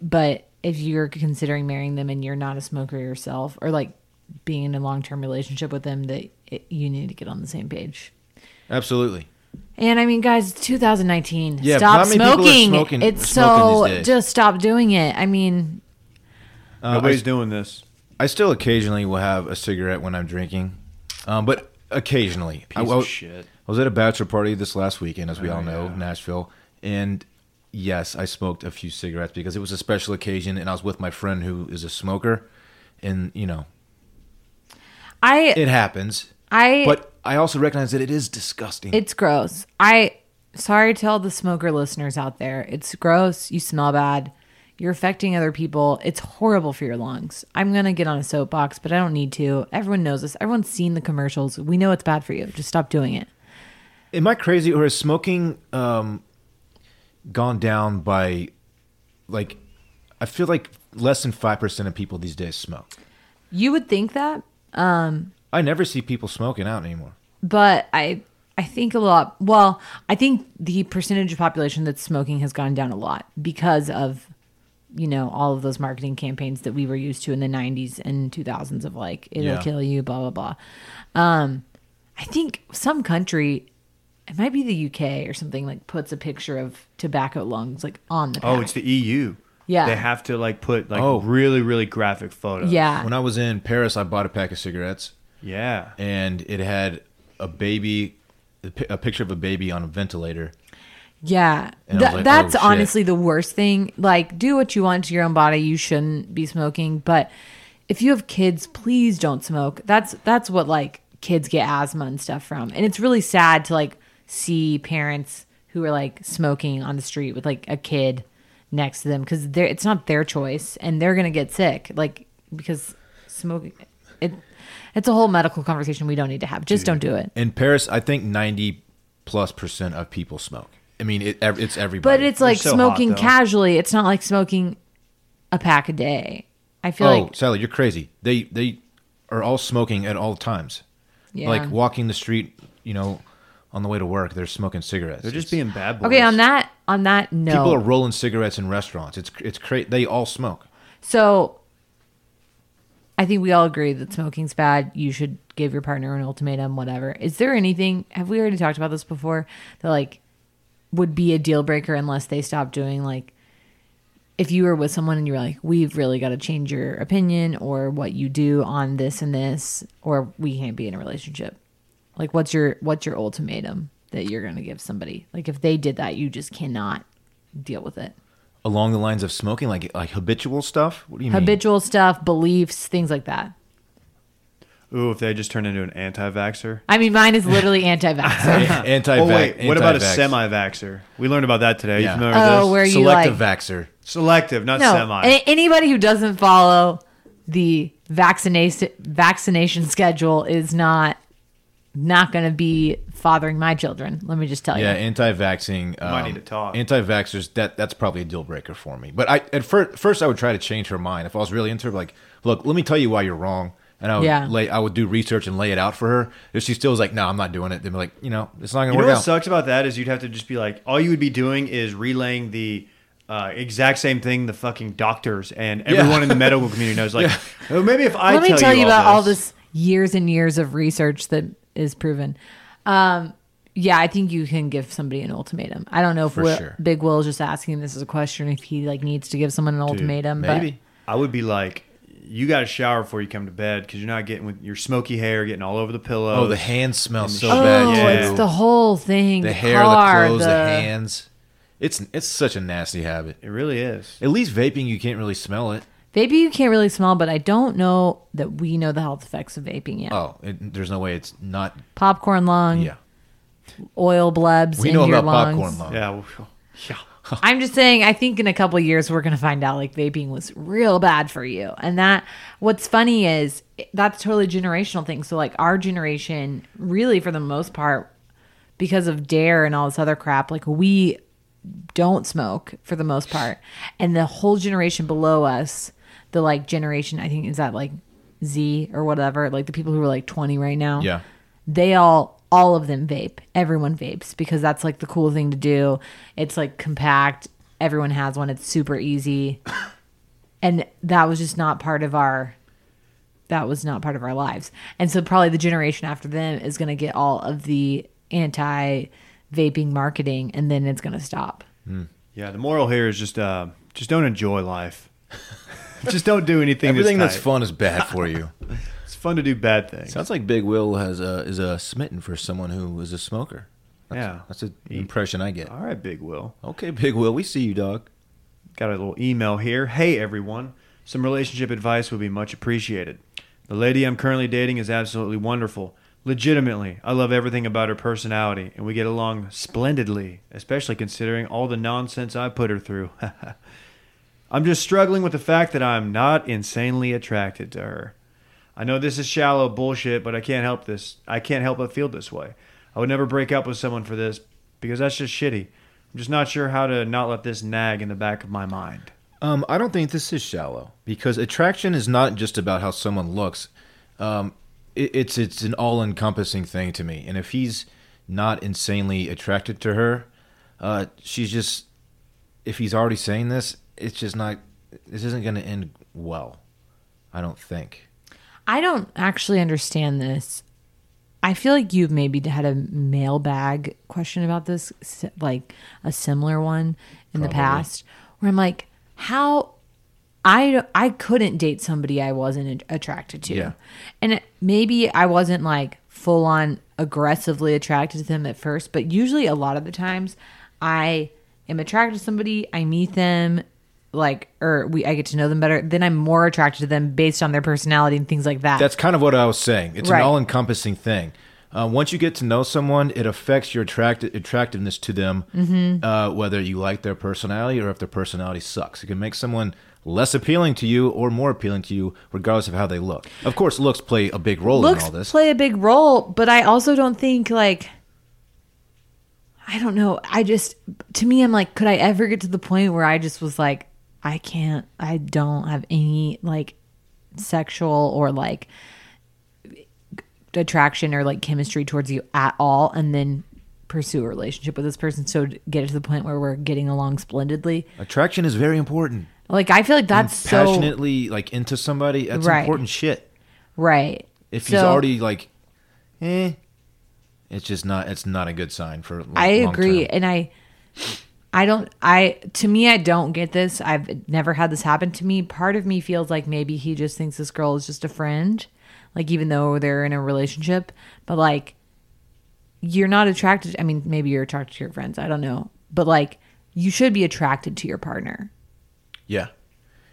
S2: but if you're considering marrying them and you're not a smoker yourself or like being in a long-term relationship with them that it, you need to get on the same page.
S1: Absolutely.
S2: And I mean, guys, it's 2019.
S1: Yeah,
S2: stop
S1: how many people are
S2: smoking.
S1: smoking-
S2: It's
S1: smoking
S2: so
S1: these days?
S2: just stop doing it. I mean,
S1: Uh,
S3: Nobody's doing this.
S1: I still occasionally will have a cigarette when I'm drinking, um, but occasionally. I,
S3: of
S1: I-
S3: shit. Oh,
S1: I was at a bachelor party this last weekend, as we all know,
S3: yeah.
S1: Nashville, and yes, I smoked a few cigarettes because it was a special occasion, and I was with my friend who is a smoker, and you know
S2: I,
S1: it happens.
S2: I,
S1: But I also recognize that it is disgusting.
S2: it's gross. I, sorry to all the smoker listeners out there. It's gross. You smell bad. You're affecting other people. It's horrible for your lungs. I'm going to get on a soapbox, but I don't need to. Everyone knows this. Everyone's seen the commercials. We know it's bad for you. Just stop doing it.
S1: Am I crazy, or is smoking um, gone down by like? I feel like less than five percent of people these days smoke.
S2: You would think that,
S1: I never see people smoking out anymore.
S2: but I I think a lot. Well, I think the percentage of population that's smoking has gone down a lot because of you know all of those marketing campaigns that we were used to in the 90s and 2000s of like it'll
S1: Yeah.
S2: kill you blah blah blah. Um I think some country it might be the UK or something like puts a picture of tobacco lungs like on the
S3: Oh,
S2: pack.
S3: it's the EU.
S2: Yeah.
S3: They have to like put like
S1: Oh.
S3: really, really graphic photos.
S2: yeah.
S1: When I was in Paris, I bought a pack of cigarettes,
S3: Yeah.
S1: and it had a baby, a pi- a picture of a baby on a ventilator.
S2: Yeah,
S1: And I was
S2: Th-
S1: like,
S2: that's
S1: "Oh, shit."
S2: honestly the worst thing. Like, do what you want to your own body. You shouldn't be smoking. But if you have kids, please don't smoke. That's that's what like kids get asthma and stuff from, and it's really sad to like see parents who are like smoking on the street with like a kid next to them because it's not their choice and they're gonna get sick like because smoking it, it's a whole medical conversation we don't need to have. Just don't do it.
S1: In Paris, I think 90 plus percent of people smoke. I mean, it, ev- it's everybody.
S2: But it's like
S3: so hot,
S2: smoking
S3: though.
S2: casually. It's not like smoking a pack a day. I feel
S1: oh,
S2: like
S1: Sally, you're crazy. They they are all smoking at all times.
S2: yeah.
S1: Like walking the street, you know, on the way to work, they're smoking cigarettes.
S3: They're just
S1: It's-
S3: being bad boys.
S2: okay, on that on that note,
S1: people are rolling cigarettes in restaurants. It's it's crazy. They all smoke.
S2: So I think we all agree that smoking's bad. You should give your partner an ultimatum, whatever. Is there anything have we already talked about this before that like would be a deal breaker unless they stop doing like if you were with someone and you were like, We've really gotta change your opinion or what you do on this and this or we can't be in a relationship. Like what's your what's your ultimatum that you're gonna give somebody? Like if they did that, you just cannot deal with it.
S1: Along the lines of smoking, like like habitual stuff. What do you mean?
S2: Habitual stuff, beliefs, things like that.
S3: Ooh, if they just turn into an anti-vaxer.
S2: I mean, mine is literally anti-vax.
S1: Anti.
S3: Oh wait, what about a
S1: semi?
S3: semi-vaxer? We learned about that today.
S1: Yeah.
S3: You familiar
S2: oh,
S3: with
S2: where
S3: this?
S2: you
S1: Selective
S2: like
S1: vaxer.
S3: Selective, not
S2: no
S3: semi.
S2: a- anybody who doesn't follow the vaccination vaccination schedule is not not going to be fathering my children. Let me just tell
S1: Yeah,
S2: you.
S1: anti-vaxing. Um,
S3: Might need to talk.
S1: Anti-vaxxers. That that's probably a deal breaker for me. But I at first, first I would try to change her mind if I was really into her. Like, look, let me tell you why you're wrong, and I would
S2: Yeah.
S1: lay, I would do research and lay it out for her. If she still was like, no, I'm not doing it, then be like, you know, it's not gonna
S3: You know
S1: work
S3: what
S1: out.
S3: sucks about that is you'd have to just be like, all you would be doing is relaying the uh, exact same thing the fucking doctors and everyone in the medical community knows. Like, oh, maybe if I
S2: Let me
S3: tell,
S2: tell, you,
S3: all
S2: about all
S3: this,
S2: this years and years of research that is proven. Um, yeah, I think you can give somebody an ultimatum. I don't know if
S1: For
S2: Will,
S1: sure.
S2: Big Will is just asking this as a question if he like needs to give someone an ultimatum. but-
S1: Maybe.
S3: I would be like, you got to shower before you come to bed because you're not getting with your smoky hair getting all over the pillow.
S1: Oh, the hands smell so
S2: Oh,
S1: bad.
S3: yeah.
S1: too.
S2: it's the whole thing.
S1: The hair,
S2: car,
S1: the clothes, the... hands. It's it's such a nasty habit.
S3: It really is.
S1: At least vaping, you can't really smell it.
S2: Maybe you can't really smell, but I don't know that we know the health effects of vaping yet.
S1: Oh, it, there's no way it's not.
S2: Popcorn lung,
S1: Yeah,
S2: oil blebs
S1: we
S2: in
S1: know
S2: your
S1: about
S2: lungs.
S1: popcorn lung.
S3: Yeah. well, Yeah.
S2: I'm just saying, I think in a couple of years we're gonna find out like vaping was real bad for you. And that what's funny is that's totally a generational thing. So like our generation, really for the most part, because of Dare and all this other crap, like we don't smoke for the most part. And the whole generation below us, the like generation I think is that like Z or whatever, like the people who are like twenty right now
S1: Yeah.
S2: they all all of them vape everyone vapes because that's like the cool thing to do it's like compact everyone has one it's super easy and that was just not part of our that was not part of our lives and so probably the generation after them is going to get all of the anti vaping marketing and then it's going to stop
S3: Yeah. The moral here is just, uh, just don't enjoy life. just don't do anything.
S1: Everything
S3: that's,
S1: that's
S3: tight.
S1: fun is bad for you.
S3: It's fun to do bad things.
S1: Sounds like Big Will has a, is a smitten for someone who is a smoker. That's,
S3: Yeah.
S1: that's an impression I get.
S3: All right, Big Will.
S1: Uh-huh. Okay, Big Will, we see you, dog.
S3: Got a little email here. Hey, everyone. Some relationship advice would be much appreciated. The lady I'm currently dating is absolutely wonderful. Legitimately, I love everything about her personality, and we get along splendidly, especially considering all the nonsense I put her through. I'm just struggling with the fact that I'm not insanely attracted to her. I know this is shallow bullshit, but I can't help this. I can't help but feel this way. I would never break up with someone for this because that's just shitty. I'm just not sure how to not let this nag in the back of my mind.
S1: Um, I don't think this is shallow because attraction is not just about how someone looks. Um, it, it's it's an all encompassing thing to me, and if he's not insanely attracted to her, uh, she's just if he's already saying this, it's just not. This isn't going to end well. I don't think.
S2: I don't actually understand this. I feel like you've maybe had a mailbag question about this, si- like a similar one in the past, where I'm like, how I I couldn't date somebody I wasn't attracted to,
S1: Yeah.
S2: and it, maybe I wasn't like full on aggressively attracted to them at first, but usually a lot of the times I am attracted to somebody, I meet them, like or we I get to know them better, then I'm more attracted to them based on their personality and things like that.
S1: That's kind of what I was saying. It's
S2: Right.
S1: an all encompassing thing. Uh, once you get to know someone, it affects your attract- attractiveness to them,
S2: Mm-hmm.
S1: uh, whether you like their personality or if their personality sucks. It can make someone less appealing to you or more appealing to you, regardless of how they look. Of course, looks play a big role in
S2: looks
S1: all this.
S2: play a big role, but I also don't think like I don't know. I just to me I'm like could I ever get to the point where I just was like I can't I don't have any like sexual or like attraction or like chemistry towards you at all and then pursue a relationship with this person so to get it to the point where we're getting along splendidly.
S1: Attraction is very important.
S2: Like I feel like that's so
S1: Passionately like into somebody, that's
S2: Right.
S1: important shit.
S2: right.
S1: If he's
S2: So-
S1: already like, eh, it's just not. It's not a good sign for.
S2: I
S1: long
S2: agree,
S1: term.
S2: and I, I don't. I to me, I don't get this. I've never had this happen to me. Part of me feels like maybe he just thinks this girl is just a friend, like even though they're in a relationship. But like, you're not attracted. I mean, maybe you're attracted to your friends. I don't know, but like, you should be attracted to your partner.
S1: Yeah,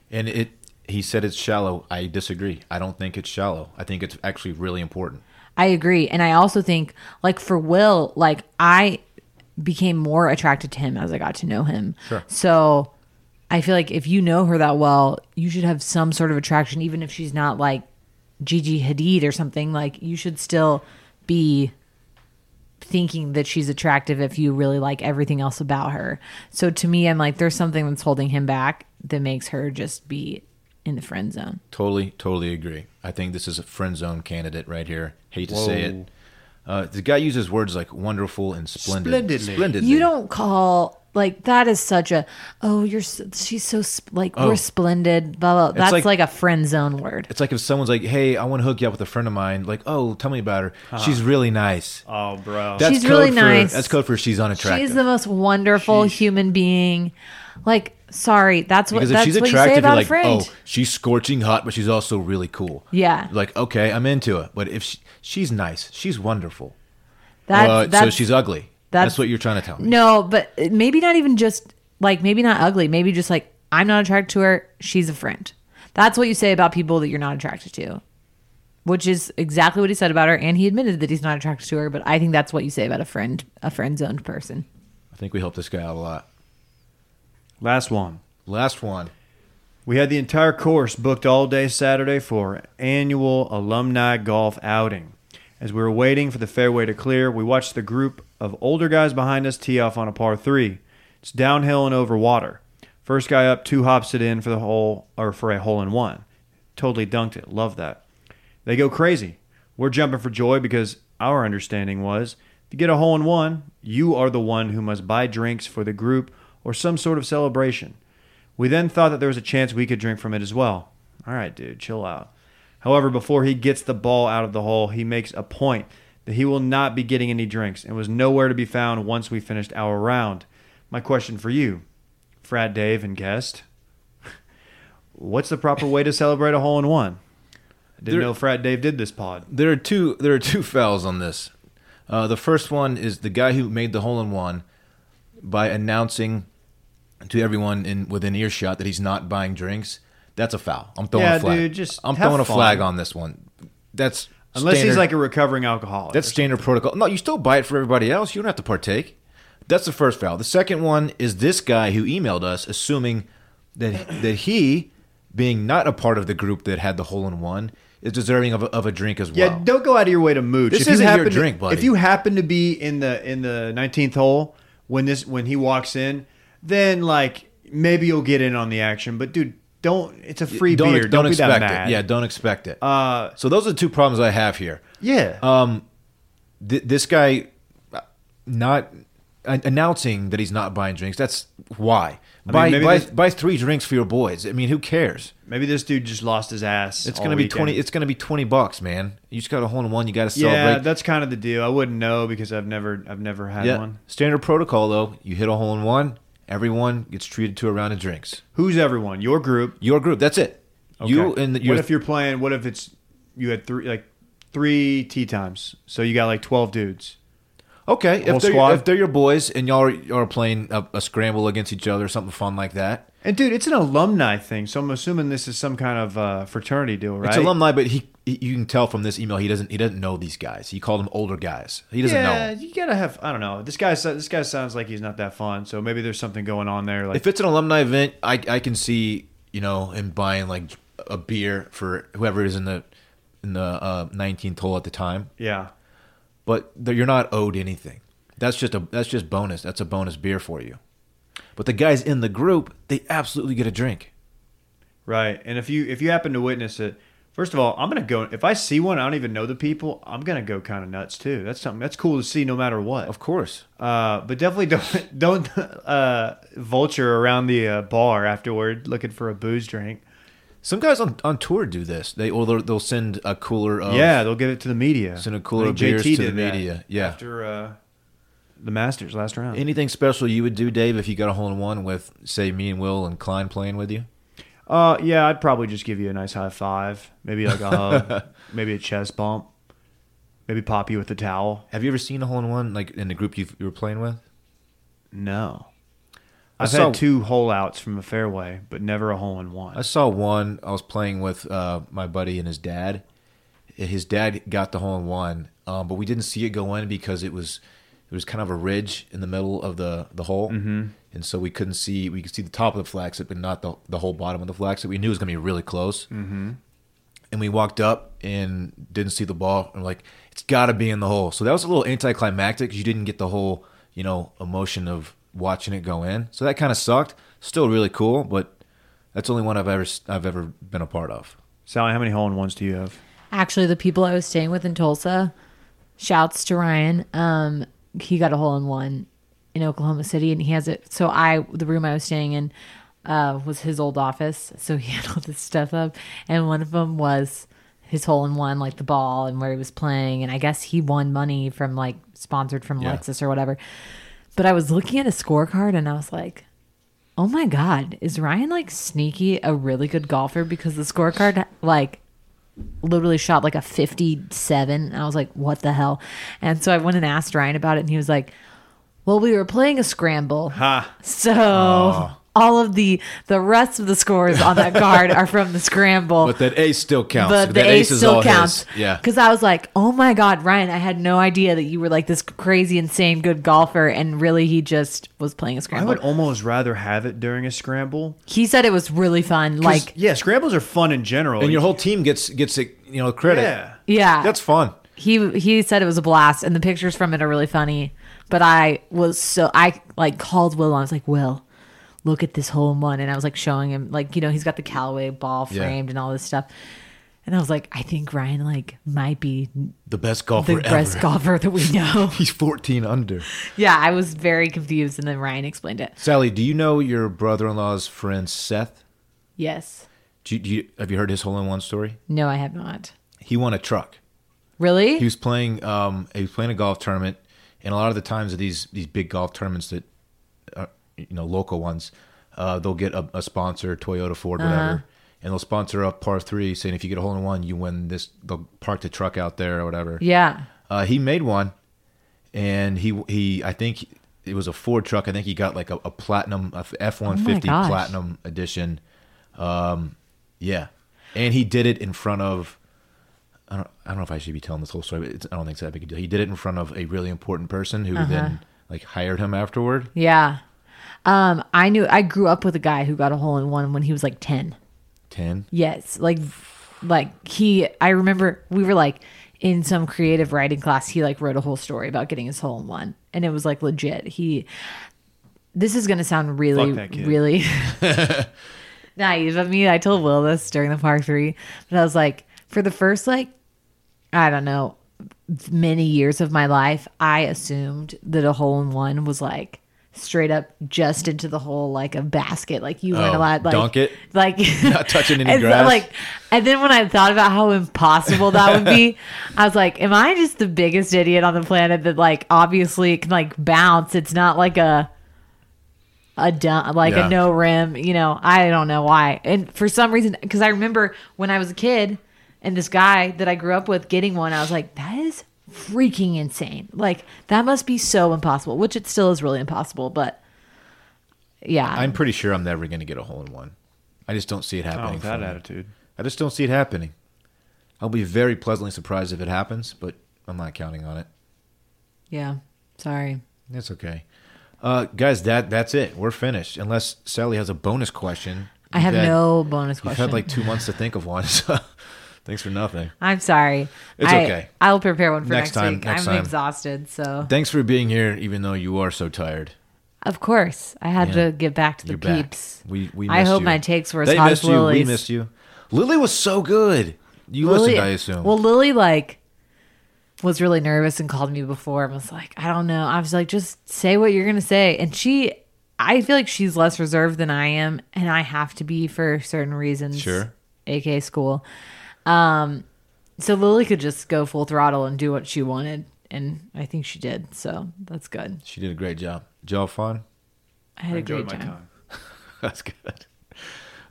S1: and it. He said it's shallow. I disagree. I don't think it's shallow. I think it's actually really important.
S2: I agree. And I also think, like, for Will, like, I became more attracted to him as I got to know him.
S1: Sure.
S2: So I feel like if you know her that well, you should have some sort of attraction, even if she's not like Gigi Hadid or something. Like, you should still be thinking that she's attractive if you really like everything else about her. So to me, I'm like, there's something that's holding him back that makes her just be in the friend zone.
S1: Totally, totally agree. I think this is a friend zone candidate right here. Hate to say
S3: Whoa.
S1: it. Uh, the guy uses words like wonderful and splendid.
S3: Splendidly.
S1: Splendidly.
S2: You don't call like that is such a oh you're s- she's so sp- like we're splendid blah blah. That's
S1: Oh. like-
S2: like, a friend zone word.
S1: It's like if someone's like, "Hey, I want to hook you up with a friend of mine." Like, "Oh, tell me about her.
S3: Uh-huh.
S1: She's really nice."
S3: Oh, bro.
S1: That's
S2: She's really
S1: code
S2: nice.
S1: For, that's code for she's unattractive.
S2: She's the most wonderful human being. Like sorry, that's what
S1: Because if
S2: that's
S1: she's
S2: what you say
S1: attractive,
S2: about
S1: you're
S2: a
S1: like,
S2: friend.
S1: oh, she's scorching hot, but she's also really cool.
S2: Yeah.
S1: Like, okay, I'm into it. But if she, she's nice, she's wonderful.
S2: that's,
S1: Uh, so
S2: that's
S1: she's ugly. That's,
S2: that's-
S1: what you're trying to tell me.
S2: no, but uh, maybe not even just like maybe not ugly. Maybe just like I'm not attracted to her. She's a friend. That's what you say about people that you're not attracted to. Which is exactly what he said about her, and he admitted that he's not attracted to her. But I think that's what you say about a friend, a friend zoned person.
S1: I think we helped this guy out a lot.
S3: Last one.
S1: Last one.
S3: We had the entire course booked all day Saturday for our annual alumni golf outing. As we were waiting for the fairway to clear, we watched the group of older guys behind us tee off on a par three. It's downhill and over water. First guy up, two hops it in for the hole or for a hole in one. Totally dunked it. Love that. They go crazy. We're jumping for joy because our understanding was if you get a hole in one, you are the one who must buy drinks for the group or some sort of celebration. We then thought that there was a chance we could drink from it as well. All right, dude, chill out. However, before he gets the ball out of the hole, he makes a point that he will not be getting any drinks and was nowhere to be found once we finished our round. My question for you, Frat Dave and guest What's the proper way to celebrate a hole in one? I didn't
S1: There-
S3: know Frat Dave did this pod.
S1: There are two. There are two fouls on this. Uh, the first one is the guy who made the hole in one by announcing to everyone in within earshot that he's not buying drinks. That's a foul. I'm throwing
S3: Yeah,
S1: a flag.
S3: dude, just
S1: I'm
S3: have
S1: throwing a
S3: fun.
S1: flag on this one. That's
S3: Unless he's
S1: standard-
S3: like a recovering alcoholic.
S1: That's standard protocol. No, you still buy it for everybody else. You don't have to partake. That's the first foul. The second one is this guy who emailed us, assuming that that he, being not a part of the group that had the hole in one, is deserving of a, of a drink as well.
S3: Yeah, don't go out of your way to mooch.
S1: This
S3: you
S1: isn't your
S3: happen to-
S1: drink, buddy.
S3: If you happen to be in the in the nineteenth hole when this when he walks in, then like maybe you'll get in on the action. But dude, don't. It's a free
S1: don't,
S3: beer.
S1: don't
S3: Don't, be
S1: expect
S3: that mad.
S1: it. Yeah, don't expect it.
S3: Uh,
S1: so those are the two problems I have here. Um,
S3: yeah. Uh,
S1: Th- this guy uh, not an- announcing that he's not buying drinks. That's why. buy,
S3: maybe
S1: buy,
S3: this-
S1: buy three drinks for your boys. I mean, who cares?
S3: Maybe this dude just lost his ass.
S1: It's
S3: all
S1: gonna be
S3: weekend.
S1: twenty. It's gonna be twenty bucks, man. You just got a hole in one. You got to
S3: Yeah,
S1: celebrate.
S3: that's kind of the deal. I wouldn't know because I've never I've never had one.
S1: Standard protocol though. You hit a hole in one. Everyone gets treated to a round of drinks.
S3: Who's everyone? Your group.
S1: Your group. That's it. You
S3: Okay.
S1: and the, your
S3: what if you're playing? What if it's you had three like three tee times? So you got like twelve dudes.
S1: okay.
S3: whole
S1: If they're,
S3: squad?
S1: if they're your boys and y'all are, y'all are playing a, a scramble against each other, something fun like that.
S3: And dude, it's an alumni thing, so I'm assuming this is some kind of uh, fraternity deal, right?
S1: It's alumni, but he you can tell from this email he doesn't he doesn't know these guys. He called them older guys. He doesn't know. 'em.
S3: yeah, you gotta have. I don't know. This guy. so- This guy sounds like he's not that fun. So maybe there's something going on there. Like
S1: if it's an alumni event, I I can see you know him buying like a beer for whoever is in the in the uh, 19th hole at the time.
S3: yeah,
S1: But th- you're not owed anything. That's just a that's just bonus. That's a bonus beer for you. But the guys in the group, they absolutely get a drink.
S3: right. And if you if you happen to witness it, first of all, I'm gonna go. If I see one, I don't even know the people. I'm gonna go kind of nuts too. That's something that's cool to see, no matter what.
S1: Of course.
S3: Uh, but definitely don't don't uh, vulture around the uh, bar afterward looking for a booze drink.
S1: Some guys on, on tour do this. They or they'll, they'll send a cooler of
S3: yeah, they'll give it to the media.
S1: Oh. Send a cooler
S3: I
S1: of
S3: think
S1: beers to the
S3: did that
S1: media. Yeah.
S3: after uh, the Masters last round.
S1: Anything special you would do, Dave, if you got a hole in one with say me and Will and Klein playing with you?
S3: Uh, yeah, I'd probably just give you a nice high five, maybe like a hug, maybe a chest bump, maybe pop you with a towel.
S1: Have you ever seen a hole in one like in the group you you were playing with?
S3: No,
S1: I
S3: I've
S1: saw-
S3: had two hole outs from a fairway, but never a hole in one.
S1: I saw one. I was playing with uh, my buddy and his dad. His dad got the hole in one, um, but we didn't see it go in because it was it was kind of a ridge in the middle of the the hole, mm-hmm. and so we couldn't see. We could see the top of the flaxet, but not the the whole bottom of the flaxet. We knew it was going to be really close, mm-hmm. and we walked up and didn't see the ball. And we're like, it's got to be in the hole. So that was a little anticlimactic 'cause you didn't get the whole you know emotion of watching it go in. So that kind of sucked. Still really cool, but that's the only one I've ever I've ever been a part of.
S3: Sally, how many hole in ones do you have?
S2: Actually, the people I was staying with in Tulsa, shouts to Ryan. Um, he got a hole in one in Oklahoma City, and he has it. So I, the room I was staying in, uh, was his old office. So he had all this stuff up, and one of them was his hole in one, like the ball and where he was playing. And I guess he won money from like sponsored from
S1: Yeah.
S2: Lexus or whatever. But I was looking at a scorecard, and I was like. Oh my God, is Ryan like sneaky a really good golfer? Because the scorecard like literally shot like a 57 and i was like what the hell and so i went and asked ryan about it and he was like well we were playing a scramble so all of the the rest of the scores on that card are from the scramble
S1: But that ace still counts.
S2: but the
S1: that
S2: ace, still counts.
S1: His. Yeah.
S2: Because I was like, oh my God, Ryan, I had no idea that you were like this crazy, insane, good golfer. And really, he just was playing a
S3: I
S2: scramble.
S3: would almost rather have it during a scramble.
S2: he said it was really fun. Like,
S3: yeah, scrambles are fun in general.
S1: And your whole team gets gets you know credit.
S3: yeah.
S2: yeah.
S1: That's fun.
S2: he he said it was a blast and the pictures from it are really funny but i was so i like called will and i was like will look at this hole in one and i was like showing him like you know he's got the callaway ball
S1: Yeah.
S2: framed and all this stuff and i was like i think ryan like might be
S1: The best
S2: the
S1: golfer
S2: best
S1: ever.
S2: golfer that we know
S1: He's 14 under.
S2: yeah i was very confused and then ryan explained it
S1: Sally, do you know your brother-in-law's friend Seth?
S2: yes
S1: Do you, do you, have you heard his hole-in-one story?
S2: no i have not
S1: He won a truck.
S2: really
S1: He was playing. Um, he was playing a golf tournament, and a lot of the times at these these big golf tournaments that, uh, you know, local ones, uh, they'll get a, a sponsor, Toyota, Ford, whatever, and they'll sponsor a par three, saying if you get a hole in one, you win this. They'll park the truck out there or whatever.
S2: yeah
S1: Uh, he made one, and he he I think it was a Ford truck. I think he got like a, a platinum F one fifty
S2: gosh.
S1: platinum edition. Um, yeah, and he did it in front of. I don't, I don't know if I should be telling this whole story, but it's, I don't think it's that big a deal. He did it in front of a really important person who then like hired him afterward.
S2: yeah um i knew i grew up with a guy who got a hole in one when he was like 10
S1: Ten.
S2: Yes, like like he I remember we were like in some creative writing class he like wrote a whole story about getting his hole in one and it was like legit. He This is going to sound really
S3: Fuck that kid.
S2: really naive of me. I told Will this during the par 3, but I was like for the first like I don't know many years of my life, I assumed that a hole in one was like straight up just into the hole like a basket like you weren't
S1: Oh,
S2: allowed like
S1: dunk it?
S2: like
S1: Not touching any
S2: and so,
S1: grass?
S2: like, and then when I thought about how impossible that would be, I was like, "Am I just the biggest idiot on the planet that like obviously it can like bounce? It's not like a a dump, like
S1: Yeah.
S2: a no rim. You know, I don't know why. And for some reason, because I remember when I was a kid, and this guy that I grew up with getting one, I was like, that is freaking insane. Like that must be so impossible. Which it still is really impossible, but. Yeah,
S1: I'm pretty sure I'm never going to get a hole in one. I just don't see it happening.
S3: Oh,
S1: for
S3: that
S1: me.
S3: attitude.
S1: I just don't see it happening. I'll be very pleasantly surprised if it happens, but I'm not counting on it.
S2: Yeah. Sorry.
S1: That's okay. Uh, guys, that that's it. We're finished. Unless Sally has a bonus question.
S2: I have
S1: You've had-
S2: no bonus
S1: You've
S2: question.
S1: had like two months to think of one, so thanks for nothing.
S2: I'm sorry.
S1: It's
S2: I,
S1: okay.
S2: I'll prepare one for
S1: Next
S2: next,
S1: time,
S2: week.
S1: next
S2: I'm
S1: time.
S2: exhausted, so
S1: Thanks for being here, even though you are so tired.
S2: of course I had
S1: Yeah.
S2: to get back to the
S1: You're
S2: peeps.
S1: back. We we.
S2: I
S1: missed
S2: hope
S1: you.
S2: my takes were as
S1: They
S2: hot
S1: missed
S2: as
S1: you. We
S2: Lily's.
S1: missed you. Lily was so good. You listened, I assume.
S2: Well, Lily like was really nervous and called me before and was like, I don't know. I was like, just say what you're gonna say. And she, I feel like she's less reserved than I am, and I have to be for certain reasons.
S1: Sure.
S2: AK school. Um, so Lily could just go full throttle and do what she wanted, and I think she did. So that's good.
S1: she did a great job. Did y'all have fun?
S2: I had a
S3: Enjoyed
S2: great
S3: my
S2: time.
S3: time.
S1: That's good.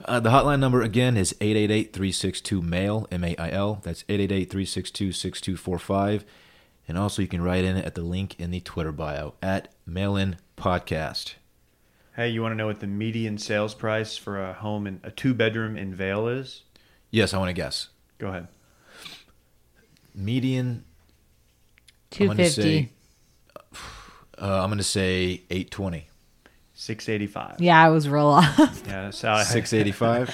S1: Uh, the hotline number again is 888 362 MAIL, M A I L. That's 888 362 6245. And also, you can write in at the link in the Twitter bio at Mail In Podcast.
S3: Hey, you want to know what the median sales price for a home in a two bedroom in Vale is?
S1: Yes, I want to guess.
S3: Go ahead.
S1: Median,
S2: Two
S1: gonna say-
S2: fifty.
S1: uh, I'm going to say 820.
S3: Six eighty five.
S2: Yeah, I was real off.
S3: Yeah, that's how I-
S1: 685.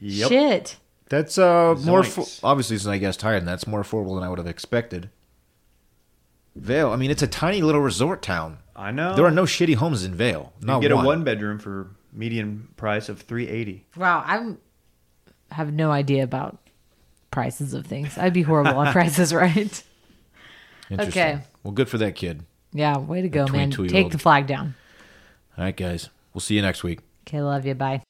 S3: Yep.
S2: Shit.
S1: That's uh, more.
S3: Zoinks.
S1: affo- obviously, it's I guess higher than that. It's more affordable than I would have expected. Vale, I mean, it's a tiny little resort town.
S3: I know.
S1: There are no shitty homes in Vale.
S3: Oh. You
S1: Not
S3: get
S1: one.
S3: a one bedroom for median price of three eighty.
S2: Wow, I'm have no idea about prices of things. I'd be horrible on prices, right?
S1: Interesting.
S2: Okay.
S1: Well, good for that kid.
S2: Yeah, way to go, man.
S1: 22-year-old.
S2: Take the flag down.
S1: All right, guys. We'll see you next week.
S2: Okay, love you. Bye.